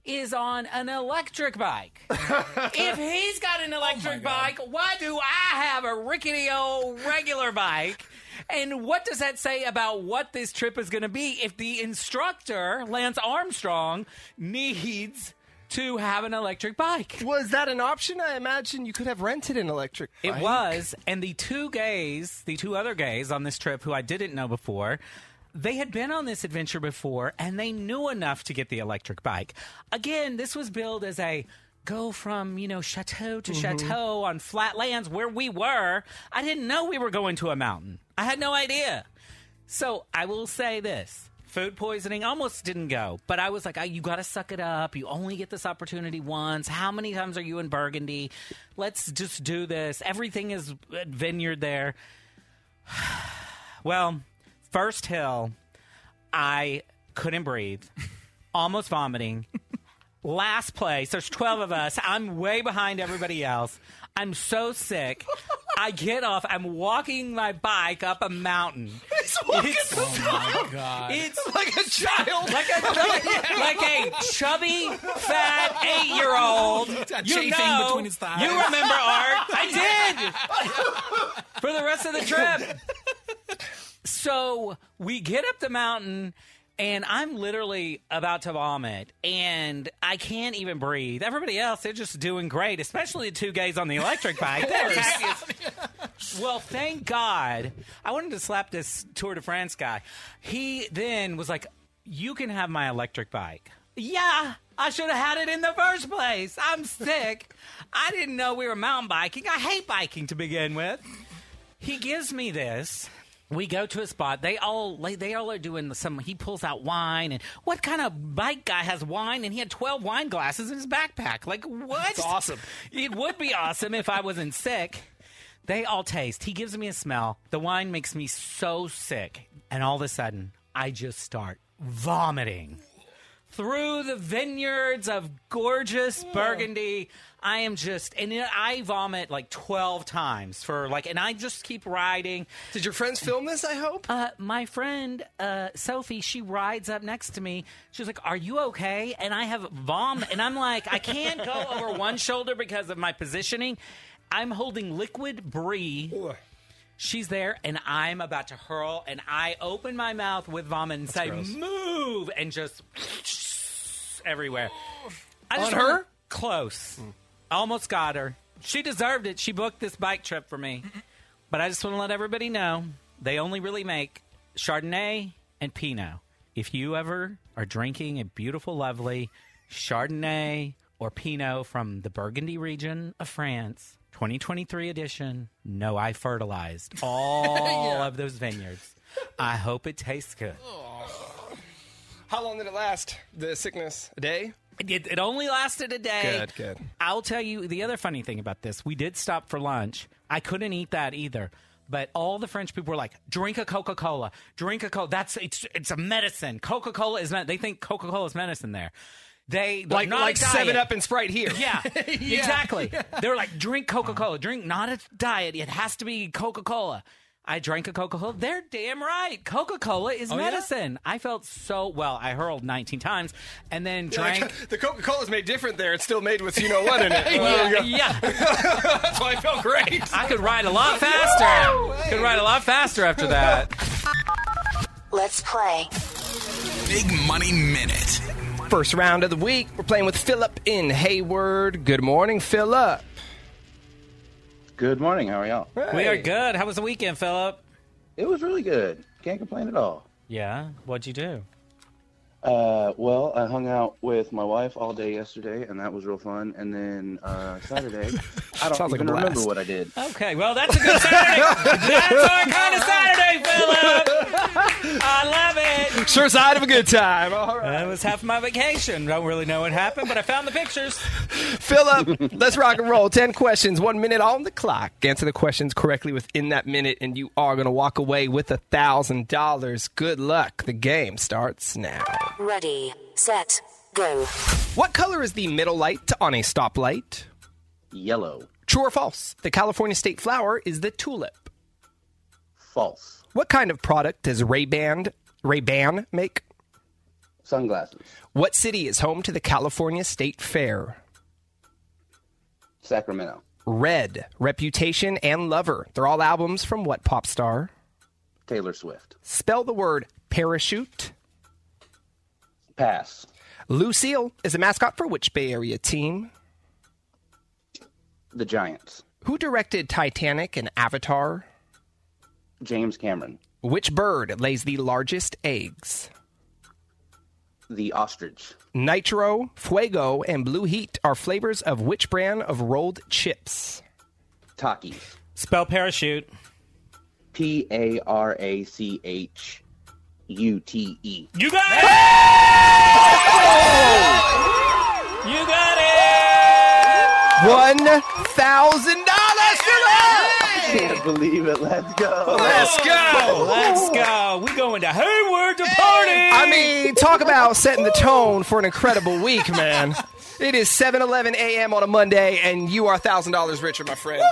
H: is on an electric bike. if he's got an electric oh bike, why do I have a rickety old regular bike? And what does that say about what this trip is going to be if the instructor, Lance Armstrong, needs to have an electric bike?
F: Was that an option? I imagine you could have rented an electric bike.
H: It was. And the two gays, the two other gays on this trip who I didn't know before, they had been on this adventure before and they knew enough to get the electric bike. Again, this was billed as a go from, you know, chateau to mm-hmm. chateau on flat lands where we were. I didn't know we were going to a mountain. I had no idea. So I will say this. Food poisoning almost didn't go, but I was like, oh, you got to suck it up. You only get this opportunity once. How many times are you in Burgundy? Let's just do this. Everything is vineyard there. *sighs* well, first hill, I couldn't breathe, almost vomiting. Last place, there's 12 of us. I'm way behind everybody else. I'm so sick. I get off. I'm walking my bike up a mountain.
F: It's, it's
H: *laughs*
F: oh
I: my god!
F: It's like a child,
H: like a like a chubby, fat eight-year-old. You know,
I: between his thighs.
H: you remember
I: *laughs*
H: Art? I did. For the rest of the trip. So we get up the mountain and I'm literally about to vomit and I can't even breathe. Everybody else, they're just doing great, especially the two guys on the electric bike. well, thank God. I wanted to slap this Tour de France guy. He then was like, You can have my electric bike. Yeah, I should have had it in the first place. I'm sick. I didn't know we were mountain biking. I hate biking to begin with. He gives me this we go to a spot. They all they all are doing some. He pulls out wine and what kind of bike guy has wine? And he had twelve wine glasses in his backpack. Like what?
F: That's awesome.
H: It would be awesome if I wasn't sick. They all taste. He gives me a smell. The wine makes me so sick, and all of a sudden I just start vomiting through the vineyards of gorgeous yeah. Burgundy. I am just, and I vomit like 12 times for like, and I just keep riding.
F: Did your friends film this? I hope.
H: Uh, my friend uh, Sophie, she rides up next to me. She's like, Are you okay? And I have vom, and I'm like, I can't go over one shoulder because of my positioning. I'm holding liquid brie. Ooh. She's there, and I'm about to hurl, and I open my mouth with vomit and That's say, gross. "Move!" and just everywhere.
F: I just On her,
H: close, mm. almost got her. She deserved it. She booked this bike trip for me. But I just want to let everybody know they only really make Chardonnay and Pinot. If you ever are drinking a beautiful, lovely Chardonnay or Pinot from the Burgundy region of France. 2023 edition. No, I fertilized all yeah. of those vineyards. I hope it tastes good.
F: How long did it last? The sickness? A day?
H: It, it, only lasted a day.
F: Good, good.
H: I'll tell you the other funny thing about this. We did stop for lunch. I couldn't eat that either. But all the French people were like, "Drink a Coca Cola. Drink a Cola. That's it's it's a medicine. Coca Cola is not. They think Coca Cola is medicine there." They
F: Like-
H: not
F: like
H: a diet.
F: 7 Up and Sprite here.
H: Yeah,
F: *laughs* Yeah.
H: exactly. They're like drink Coca Cola, drink not a diet. It has to be Coca Cola. I drank a Coca Cola. They're damn right. Coca Cola is
F: Oh, yeah?
H: medicine. I felt so well. I hurled 19 times and then drank.
F: the Coca Cola's made different there. It's still made with you know what in it. Well, there you
H: *laughs* Oh, yeah,
F: go.
H: yeah.
F: That's why I felt great.
H: I could ride a lot faster. Could ride a lot faster after that.
G: Let's play.
M: Big Money Minute.
F: *laughs* First round of the week. We're playing with Philip in Hayward. Good morning, Philip.
R: Good morning. How are y'all?
H: We are good. How was the weekend, Philip?
R: It was really good. Can't complain at all.
H: Yeah. What'd you do?
R: Uh, well, I hung out with my wife all day yesterday, and that was real fun. And then uh,
H: *laughs*
R: Saturday, I don't
H: Sounds like a
R: even remember
H: blast.
R: what I did.
H: Okay, well, that's a good Saturday. that's our kind of Saturday, Philip. I love it.
F: Sure side of a good time. All right.
H: That was half my vacation. Don't really know what happened, but I found the pictures.
F: Philip, let's rock and roll. 10 questions, one minute on the clock. Answer the questions correctly within that minute, and you are going to walk away with a $1,000. Good luck. The game starts now.
G: Ready, set, go.
F: What color is the middle light on a stoplight?
R: Yellow.
F: True or false? The California state flower is the tulip.
R: False.
F: What kind of product does Ray-Ban, Ray-Ban make?
R: Sunglasses.
F: What city is home to the California State Fair?
R: Sacramento.
F: Red, Reputation, and Lover. They're all albums from what pop star?
R: Taylor Swift.
F: Spell the word parachute.
R: Pass.
F: Lucille is a mascot for which Bay Area team?
R: The Giants.
F: Who directed Titanic and Avatar?
R: James Cameron.
F: Which bird lays the largest eggs?
R: The Ostrich.
F: Nitro, Fuego, and Blue Heat are flavors of which brand of rolled chips?
R: Takis.
H: Spell parachute.
R: P A R A C H U T E.
H: You got it! You got it!
F: One thousand dollars,
R: I can't believe it. Let's go.
F: Let's go!
H: Let's go. We going to Hayward to party.
F: I mean, talk about setting the tone for an incredible week, man. It is 7:11 a.m. on a Monday, and you are thousand dollars richer, my friend.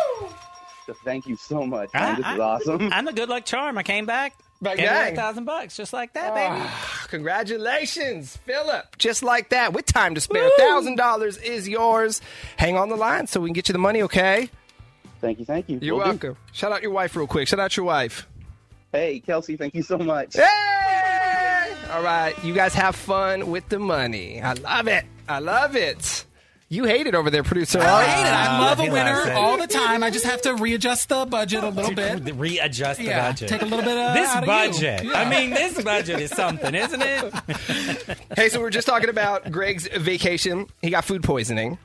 R: Thank you so much.
H: Ah,
R: Man. This is awesome.
H: I'm the good luck charm. I came back.
F: Back
H: gave away
F: gang.
H: a thousand bucks just like that, baby.
I: Ah.
F: Congratulations, Philip. Just like that, with time to spare, thousand dollars is yours. Hang on the line so we can get you the money, okay?
R: Thank you. Thank you.
F: You're
R: Will do.
F: welcome. Shout out your wife real quick. Shout out your wife.
R: Hey, Kelsey, thank you so much.
F: Hey! All right, you guys have fun with the money. I love it. I love it. You hate it over there, producer.
I: I
F: Art.
I: hate it. I love a
H: Uh, he likes
I: winner
H: it.
I: all the time. I just have to readjust the budget a little
H: *laughs*
I: bit.
H: Readjust the
I: Yeah,
H: budget.
I: take a little bit of
H: this
I: out of you.
H: budget.
I: Yeah.
H: I mean, this budget is something, isn't
I: *laughs*
H: it?
F: hey, so we were just talking about Greg's vacation. He got food poisoning.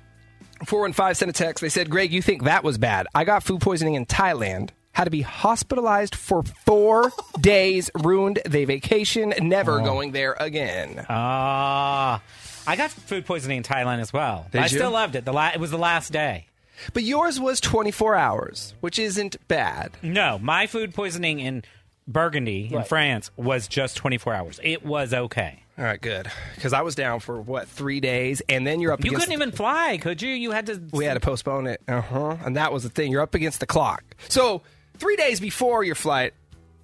F: 415 sent a text. They said, Greg, you think that was bad. I got food poisoning in Thailand. Had to be hospitalized for four *laughs* days, ruined the vacation, never going there again.
H: Ah, I got food poisoning in Thailand as well.
F: Did
H: I
F: you?
H: still loved it. The la- it was the last day.
F: But yours was 24 hours, which isn't bad.
H: No, my food poisoning in Burgundy in
F: Right.
H: France was just 24 hours. It was okay.
F: All right, good. Because I was down for, what, three days? And then you're up
H: You
F: against
H: couldn't even fly, could you? You had to.
F: We had to postpone it. Uh huh. And that was the thing. You're up against the clock. So three days before your flight,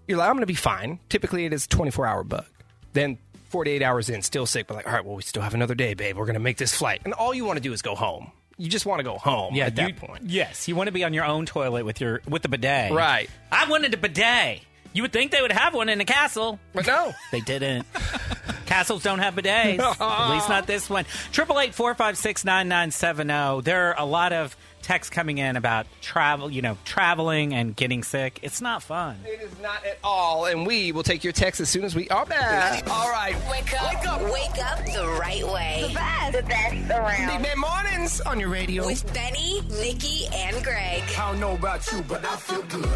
F: you're like, I'm going to be fine. Typically, it is 24 hour bug. Then 48 hours in, still sick, but like, all right, well, we still have another day, babe. We're going to make this flight. And all you want to do is go home. You just want to go home
H: yeah,
F: at that
H: you-
F: point.
H: Yes, you want to be on your own toilet with your with the bidet.
F: Right.
H: I wanted a bidet. You would think they would have one in the castle.
F: But no.
H: They didn't.
F: *laughs*
H: Castles don't have bidets. At least not this one. Triple eight four five six nine nine seven zero. There are a lot of texts coming in about travel. You know, traveling and getting sick. It's not fun.
F: It is not at all. And we will take your text as soon as we are back. All right.
G: Wake up. Wake up. Wake up the right way. The best. The best
F: Big
G: around.
F: Bay Mornings on your radio. All
G: With Benny, Nikki, and Greg.
M: I don't know about you, but I feel good.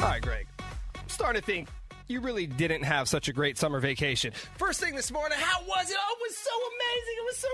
F: right, Greg. I'm starting to think you really didn't have such a great summer vacation. First thing this morning, how was it? Oh, it was so amazing. It was so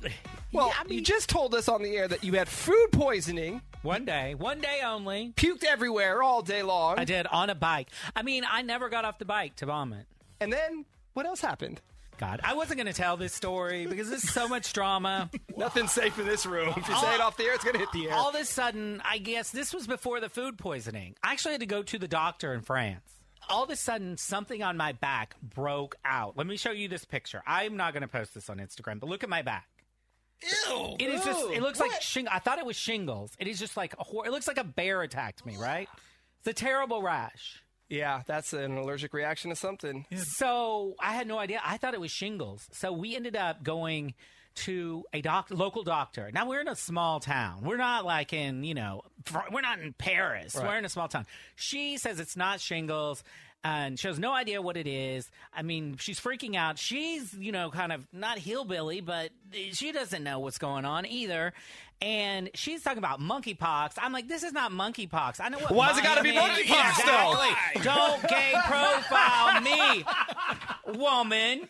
F: *sighs* great. Well, you just told us on the air that you had food poisoning,
H: One day, one day only.
F: puked everywhere all day long.
H: I did on a bike. I mean, I never got off the bike to vomit.
F: And then what else happened?
H: God, I wasn't going to tell this story because there's so much drama.
F: Nothing's safe in this room. If you
H: All-
F: say it off the air, it's going to hit the air.
H: All of a sudden, I guess this was before the food poisoning. I actually had to go to the doctor in France. All of a sudden, something on my back broke out. Let me show you this picture. I'm not going to post this on Instagram, but look at my back.
I: Ew.
H: It is just. It looks like
I: What?
H: shing. I thought it was shingles. It is just like a. Hor- it looks like a bear attacked me. Right. It's a terrible rash.
F: yeah, that's an allergic reaction to something.
H: So I had no idea. I thought it was shingles. So we ended up going to a doc- local doctor. Now we're in a small town. We're not like in you know. Fr- We're not in Paris.
N: Right.
H: We're in a small town. She says it's not shingles. And she has no idea what it is. I mean, she's freaking out. She's, you know, kind of not hillbilly, but she doesn't know what's going on either. And she's talking about monkeypox. I'm like, this is not monkeypox. I know what.
F: Why's it gotta be
H: mine is.
F: monkeypox, though?
H: Exactly. Don't gay profile me woman.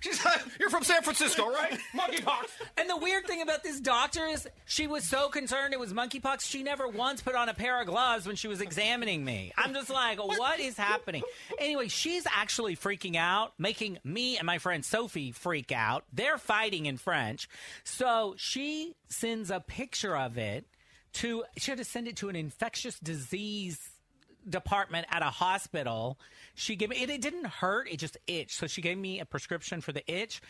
F: She's like, you're from San Francisco, right? Monkeypox.
H: And the weird thing about this doctor is she was so concerned it was monkeypox, she never once put on a pair of gloves when she was examining me. I'm just like, what is happening? Anyway, she's actually freaking out, making me and my friend Sophie freak out. They're fighting in French. So she sends a picture of it to, she had to send it to an infectious disease department at a hospital. She gave me it, it didn't hurt, it just itched. So she gave me a prescription for the itch.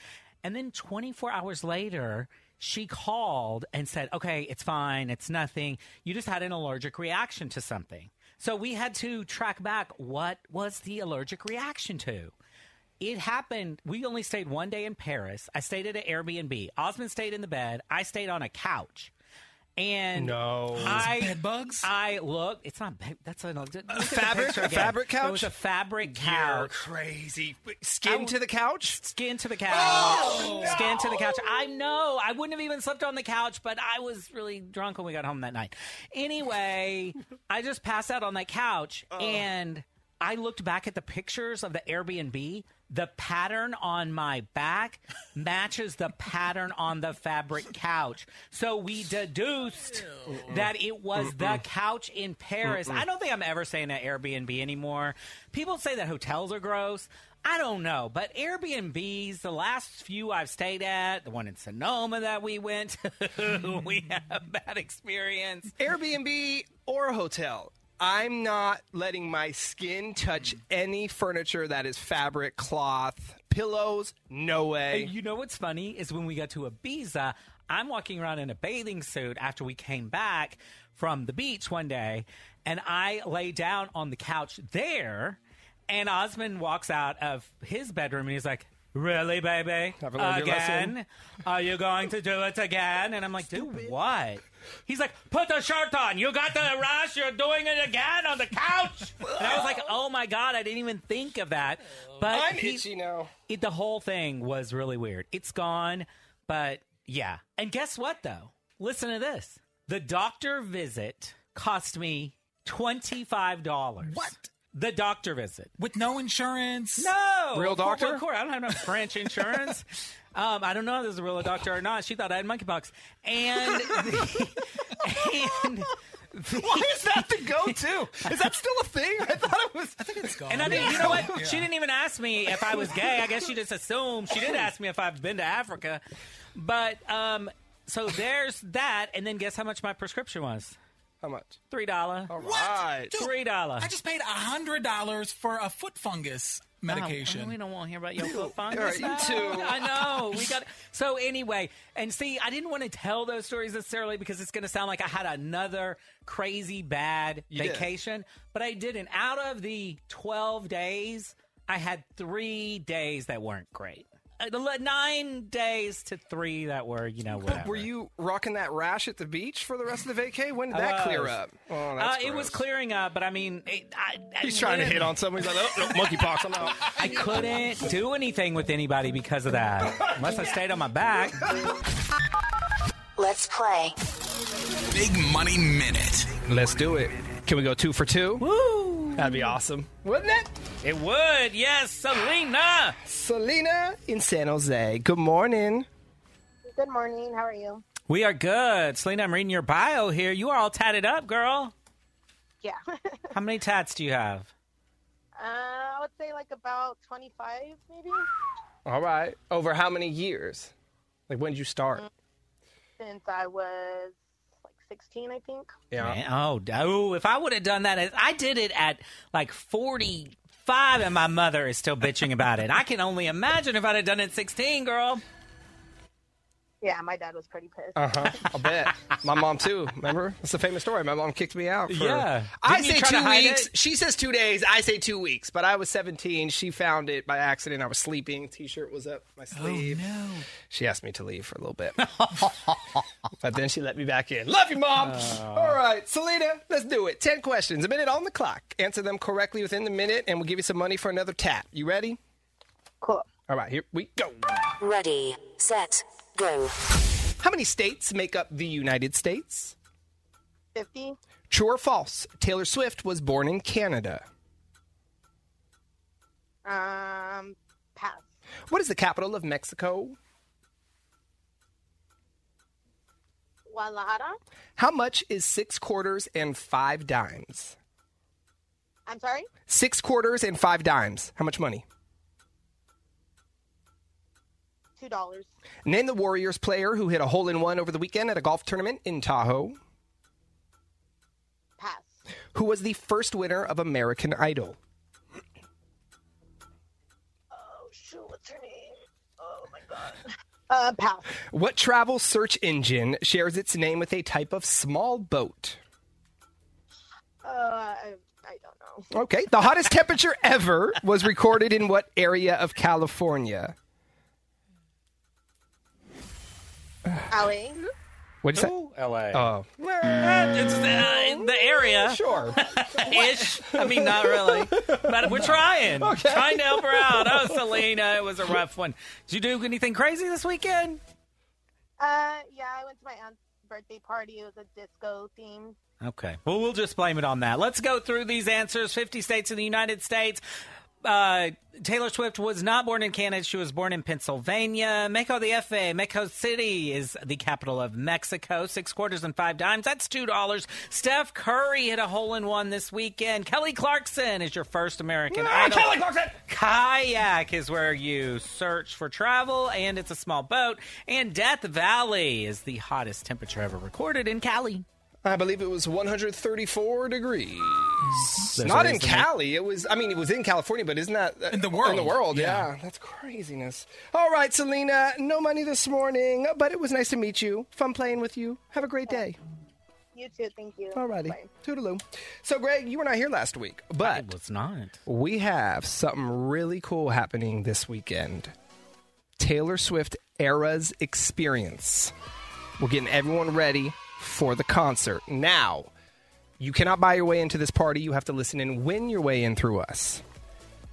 H: And then 24 hours later, she called and said, "Okay, it's fine. It's nothing. You just had an allergic reaction to something." So we had to track back what was the allergic reaction to. It happened. We only stayed one day in Paris. I stayed at an Airbnb. Osmond stayed in the bed. I stayed on a couch. And
F: No.
H: I bed bugs. I look. It's not. Bed, that's an look at the
F: fabric-
H: picture again.
F: fabric couch?
H: It was a fabric couch.
F: crazy. Skin to the couch.
H: Skin to the couch.
F: Oh,
H: Skin to the couch. I know. I wouldn't have even slept on the couch, but I was really drunk when we got home that night. Anyway, I just passed out on that couch
F: Oh.
H: and I looked back at the pictures of the Airbnb. The pattern on my back *laughs* matches the pattern on the fabric couch. So we deduced that it was the couch in Paris.
N: Mm-mm.
H: I don't think I'm ever saying that Airbnb anymore. People say that hotels are gross. I don't know, but Airbnbs, the last few I've stayed at, the one in Sonoma that we went *laughs* to, we had a bad experience.
F: Airbnb or a hotel. I'm not letting my skin touch any furniture that is fabric, cloth, pillows. No way.
H: And you know what's funny is when we got to Ibiza, I'm walking around in a bathing suit after we came back from the beach one day, and I lay down on the couch there, and Osman walks out of his bedroom and he's like, Really, baby?
N: Haven't learned your
H: Again?
N: lesson."
H: Are you going to do it again? And I'm like, do what? He's like, put the shirt on. You got the rash. You're doing it again on the couch. And I was like, oh my God, I didn't even think of that. But
F: I'm
H: he-
F: itchy
H: *laughs*
F: now.
H: it, the whole thing was really weird. It's gone, but yeah. And guess what, though? Listen to this. The doctor visit cost me $25. What? The doctor visit.
I: With no insurance.
H: No.
I: Real
H: Of course-
I: doctor?
H: Of course. I don't have no
I: *laughs*
H: French insurance. um, I don't know if this is a real doctor or not. She thought I had monkeypox. And. the- *laughs* and Why
F: is that the go-to? Is that still a thing? I thought it was. I think it's gone.
H: And I didn't. You know what? She didn't even ask me if I was gay. I guess she just assumed. She did ask me if I've been to Africa, but um. So there's that, and then guess how much my prescription was?
F: How much?
H: Three dollar. All
I: right. Dude,
H: Three dollar.
I: I just paid hundred dollars for a foot fungus medication.
H: we don't want to hear about your foot
I: All
H: fungus.
I: right, you
H: No.
I: too.
H: *laughs* I know. We got so anyway, and see, I didn't want to tell those stories necessarily because it's going to sound like I had another crazy bad
N: You did.
H: vacation, but I didn't. Out of the twelve days, I had three days that weren't great. Uh, the le- Nine days to three that were, you know, whatever.
F: But were you rocking that rash at the beach for the rest of the vacay? When did
H: I
F: that clear
H: was.
F: up? Oh, that's
H: uh, it
F: gross.
H: was clearing up, but I mean, it, I, I-
F: He's trying to
H: when-
F: hit on someone. He's like, oh, no, monkeypox. I'm out.
H: I couldn't do anything with anybody because of that, unless I stayed on
F: *laughs*
H: my back.
G: Let's play.
F: Big money minute. Let's do it. Can we go two for two?
H: Woo!
F: That'd be awesome, wouldn't it?
H: It would. Yes, Selena.
F: Selena in San Jose. Good morning.
S: Good morning. How are you?
H: We are good. Selena, I'm reading your bio here. You are all tatted up, girl.
S: Yeah. *laughs* uh,
H: How many tats do you have?
S: I would say like about 25, maybe.
F: All right. Over how many years? Like when did you start?
S: since I was like 16, I think.
F: Yeah.
H: Man, oh, d- oh, if I would have done that, as- I did it at like 45, and my mother is still bitching about it. I can only imagine if I'd have done it at 16, girl.
S: Yeah, my dad was pretty pissed.
F: Uh huh. I bet. My mom too. Remember? It's a famous story. My mom kicked me out. For,
H: Yeah.
F: I
H: Didn't you
F: say
H: try to
F: two
H: hide
F: weeks.
H: it?
F: She says two days. I say two weeks. But I was 17. She found it by accident. I was sleeping. T-shirt was up my
H: Oh,
F: sleeve.
I: no.
F: She asked me to leave for a little
H: *laughs*
F: bit. but then she let me back in. Love you, Mom.
H: Oh.
F: All right, Selena, let's do it. 10 questions, a minute on the clock. Answer them correctly within the minute, and we'll give you some money for another tap. You ready?
S: Cool.
F: All right, here we go.
G: Ready, set, go.
F: How many states make up the United States?
S: 50?
F: True or false? Taylor Swift was born in Canada.
S: Um, pass.
F: What is the capital of Mexico?
S: Guadalajara?
F: How much is six quarters and five dimes?
S: I'm sorry?
F: Six quarters and five dimes. How much money?
S: $2. dollars.
F: Name the Warriors player who hit a hole in one over the weekend at a golf tournament in Tahoe.
S: Pass.
F: Who was the first winner of American Idol?
S: Oh, shoot. What's her name? Oh, my God. *laughs* Uh, pass.
F: What travel search engine shares its name with a type of small boat?
S: Uh, I, I don't know.
F: Okay. The hottest temperature ever was recorded in what area of California?
S: Alley?
F: What'd you say?
H: LA.
F: Oh.
H: It's uh, the area.
F: *laughs* Sure.
H: Ish. I mean, not really. But we're trying. Trying to help her out. Oh, Selena, it was a rough one. Did you do anything crazy this weekend?
S: Uh, yeah, I went to my aunt's birthday party. It was a disco theme.
H: Okay. Well, we'll just blame it on that. Let's go through these answers 50 states in the United States. Uh, Taylor Swift was not born in Canada. She was born in Pennsylvania. Mexico the FA. Mexico City is the capital of Mexico. Six quarters and five dimes. That's $2. Steph Curry hit a hole in one this weekend. Kelly Clarkson is your first American. Idol.
F: Ah, Kelly Clarkson!
H: Kayak is where you search for travel, and it's a small boat. And Death Valley is the hottest temperature ever recorded in Cali.
F: I believe it was 134 degrees.
H: There's
F: Not
H: always
F: in
H: the-
F: Cali. It was, I mean, it was in California, but isn't that in the world? In the world, yeah. That's craziness. All right, Selena, no money this morning, but it was nice to meet you. Fun playing with you. Have a great day.
S: You too. Thank you.
F: Alrighty.
S: Bye.
F: Toodaloo. So, Greg, you were not here last week, but
H: It's not.
F: we have something really cool happening this weekend Taylor Swift Eras Experience. We're getting everyone ready for the concert. Now, you cannot buy your way into this party. You have to listen and win your way in through us.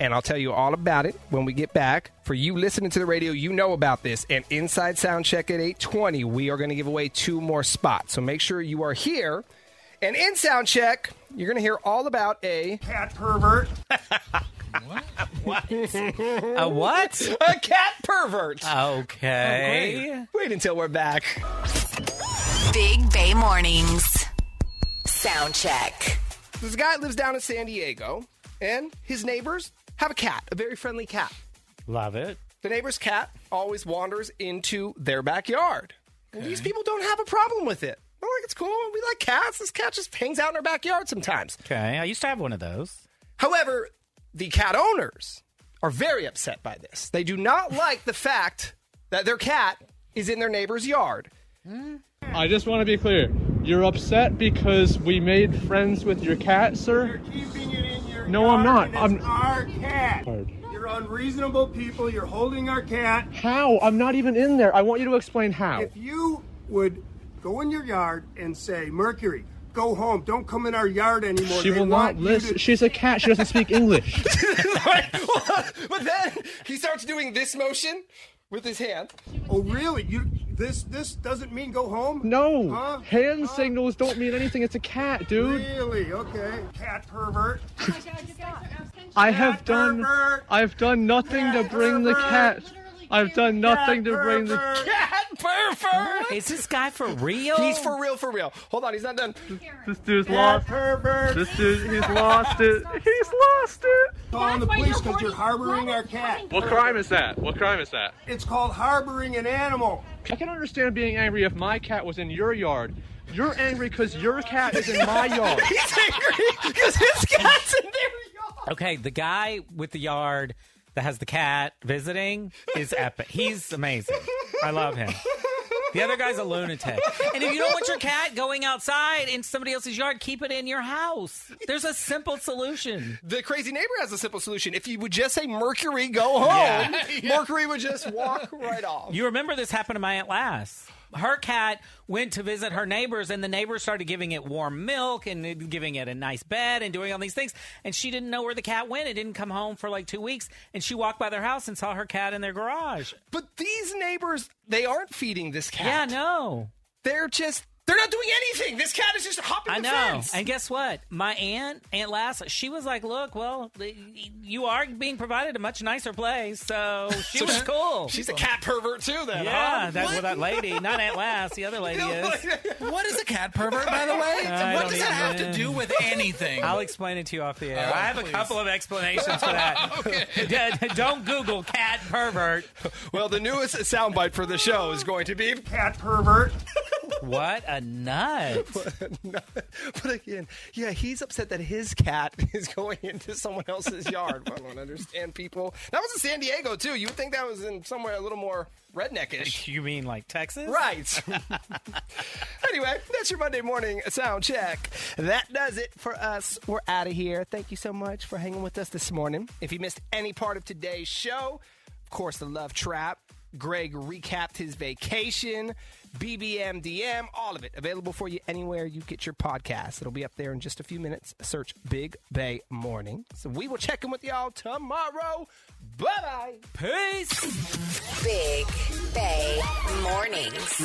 F: And I'll tell you all about it when we get back. For you listening to the radio, you know about this. And inside Soundcheck at 820, we are going to give away two more spots. So make sure you are here. And in Soundcheck, you're going to hear all about a cat *laughs* pervert.
H: A what?
F: *laughs* A cat pervert.
H: Okay.
F: Wait until we're back.
G: Big Bay Mornings. Sound check.
F: This guy lives down in San Diego, and his neighbors have a cat, a very friendly cat.
H: Love it.
F: The neighbor's cat always wanders into their backyard. And these people don't have a problem with it. They're like, it's cool. We like cats. This cat just hangs out in our backyard sometimes.
H: Okay. I used to have one of those.
F: However, the cat owners are very upset by this. They do not *laughs* like the fact that their cat is in their neighbor's yard. *laughs*
T: I just want to be clear. You're upset because we made friends with your cat, sir? No, I'm not. I'm
U: our cat. You're unreasonable people. You're holding our cat.
T: How? I'm not even in there. I want you to explain how.
U: If you would go in your yard and say, Mercury, go home. Don't come in our yard anymore.
T: She
U: They
T: will
U: want
T: not
U: you
T: listen. She's a cat. She doesn't speak English.
F: but then he starts doing this motion with his hand.
U: Oh, really? You this this doesn't mean go home?
T: No.
U: Huh?
T: Hand signals don't mean anything. It's a cat, dude.
U: Really? Okay. Cat pervert.
T: I have done I've done nothing to bring the cat. I've done nothing to bring the
U: Cat
H: fur fur. Is this guy for real?
F: He's for real, for real. Hold on, he's not done.
T: This dude's lost.
U: Herbert.
T: This dude, he's lost it. He's lost it.
U: Calling the police because you're harboring our cat.
T: What crime is that? What crime is that?
U: It's called harboring an animal.
T: I can understand being angry if my cat was in your yard. You're angry because your cat is in my yard.
F: he's angry because his cat's in their yard.
H: Okay, the guy with the yard that has the cat visiting is epic. He's amazing. I love him. The other guy's a lunatic. And if you don't want your cat going outside in somebody else's yard, keep it in your house. There's a simple solution.
F: The crazy neighbor has a simple solution. If you would just say Mercury, go home.
H: *laughs*
F: Mercury would just walk right off.
H: You remember this happened to my aunt last. Her cat went to visit her neighbors, and the neighbors started giving it warm milk and giving it a nice bed and doing all these things. And she didn't know where the cat went. It didn't come home for like two weeks. And she walked by their house and saw her cat in their garage.
F: But these neighbors, they aren't feeding this
H: Yeah,
F: cat.
H: no.
F: They're just. They're not doing anything. This cat is just hopping
H: I
F: the
H: know.
F: fence.
H: And guess what? My aunt, Aunt Lass, she was like, "Look, well, you are being provided a much nicer place, so she was cool."
F: She's a cat pervert too, then.
H: yeah,
F: huh?
H: that well, that lady, not Aunt Lass, *laughs* the other lady is.
F: *laughs*
I: What is a cat pervert, by the
H: *laughs*
I: way?
H: I
I: what
H: don't
I: does that have
H: even-
I: to do with anything? *laughs*
H: I'll explain it to you off the air.
I: Oh,
H: I have a
I: please.
H: couple of explanations for that. *laughs* D- d- Don't Google cat pervert.
F: Well, the newest soundbite for the show is going to be
U: Cat
F: *laughs*
U: pervert.
H: What a nut!
F: *laughs* But again, yeah, he's upset that his cat *laughs* is going into someone else's yard. I don't understand people. That was in San Diego too. You would think that was in somewhere a little more redneckish.
H: *laughs* You mean like Texas?
F: Right. *laughs* anyway, that's your Monday morning sound check. That does it for us. We're out of here. Thank you so much for hanging with us this morning. If you missed any part of today's show, of course, the love trap. Greg recapped his vacation, BBMDM, all of it available for you anywhere you get your podcast. It'll be up there in just a few minutes. Search Big Bay Morning. So we will check in with y'all tomorrow. Bye bye.
H: Peace.
G: Big Bay Mornings.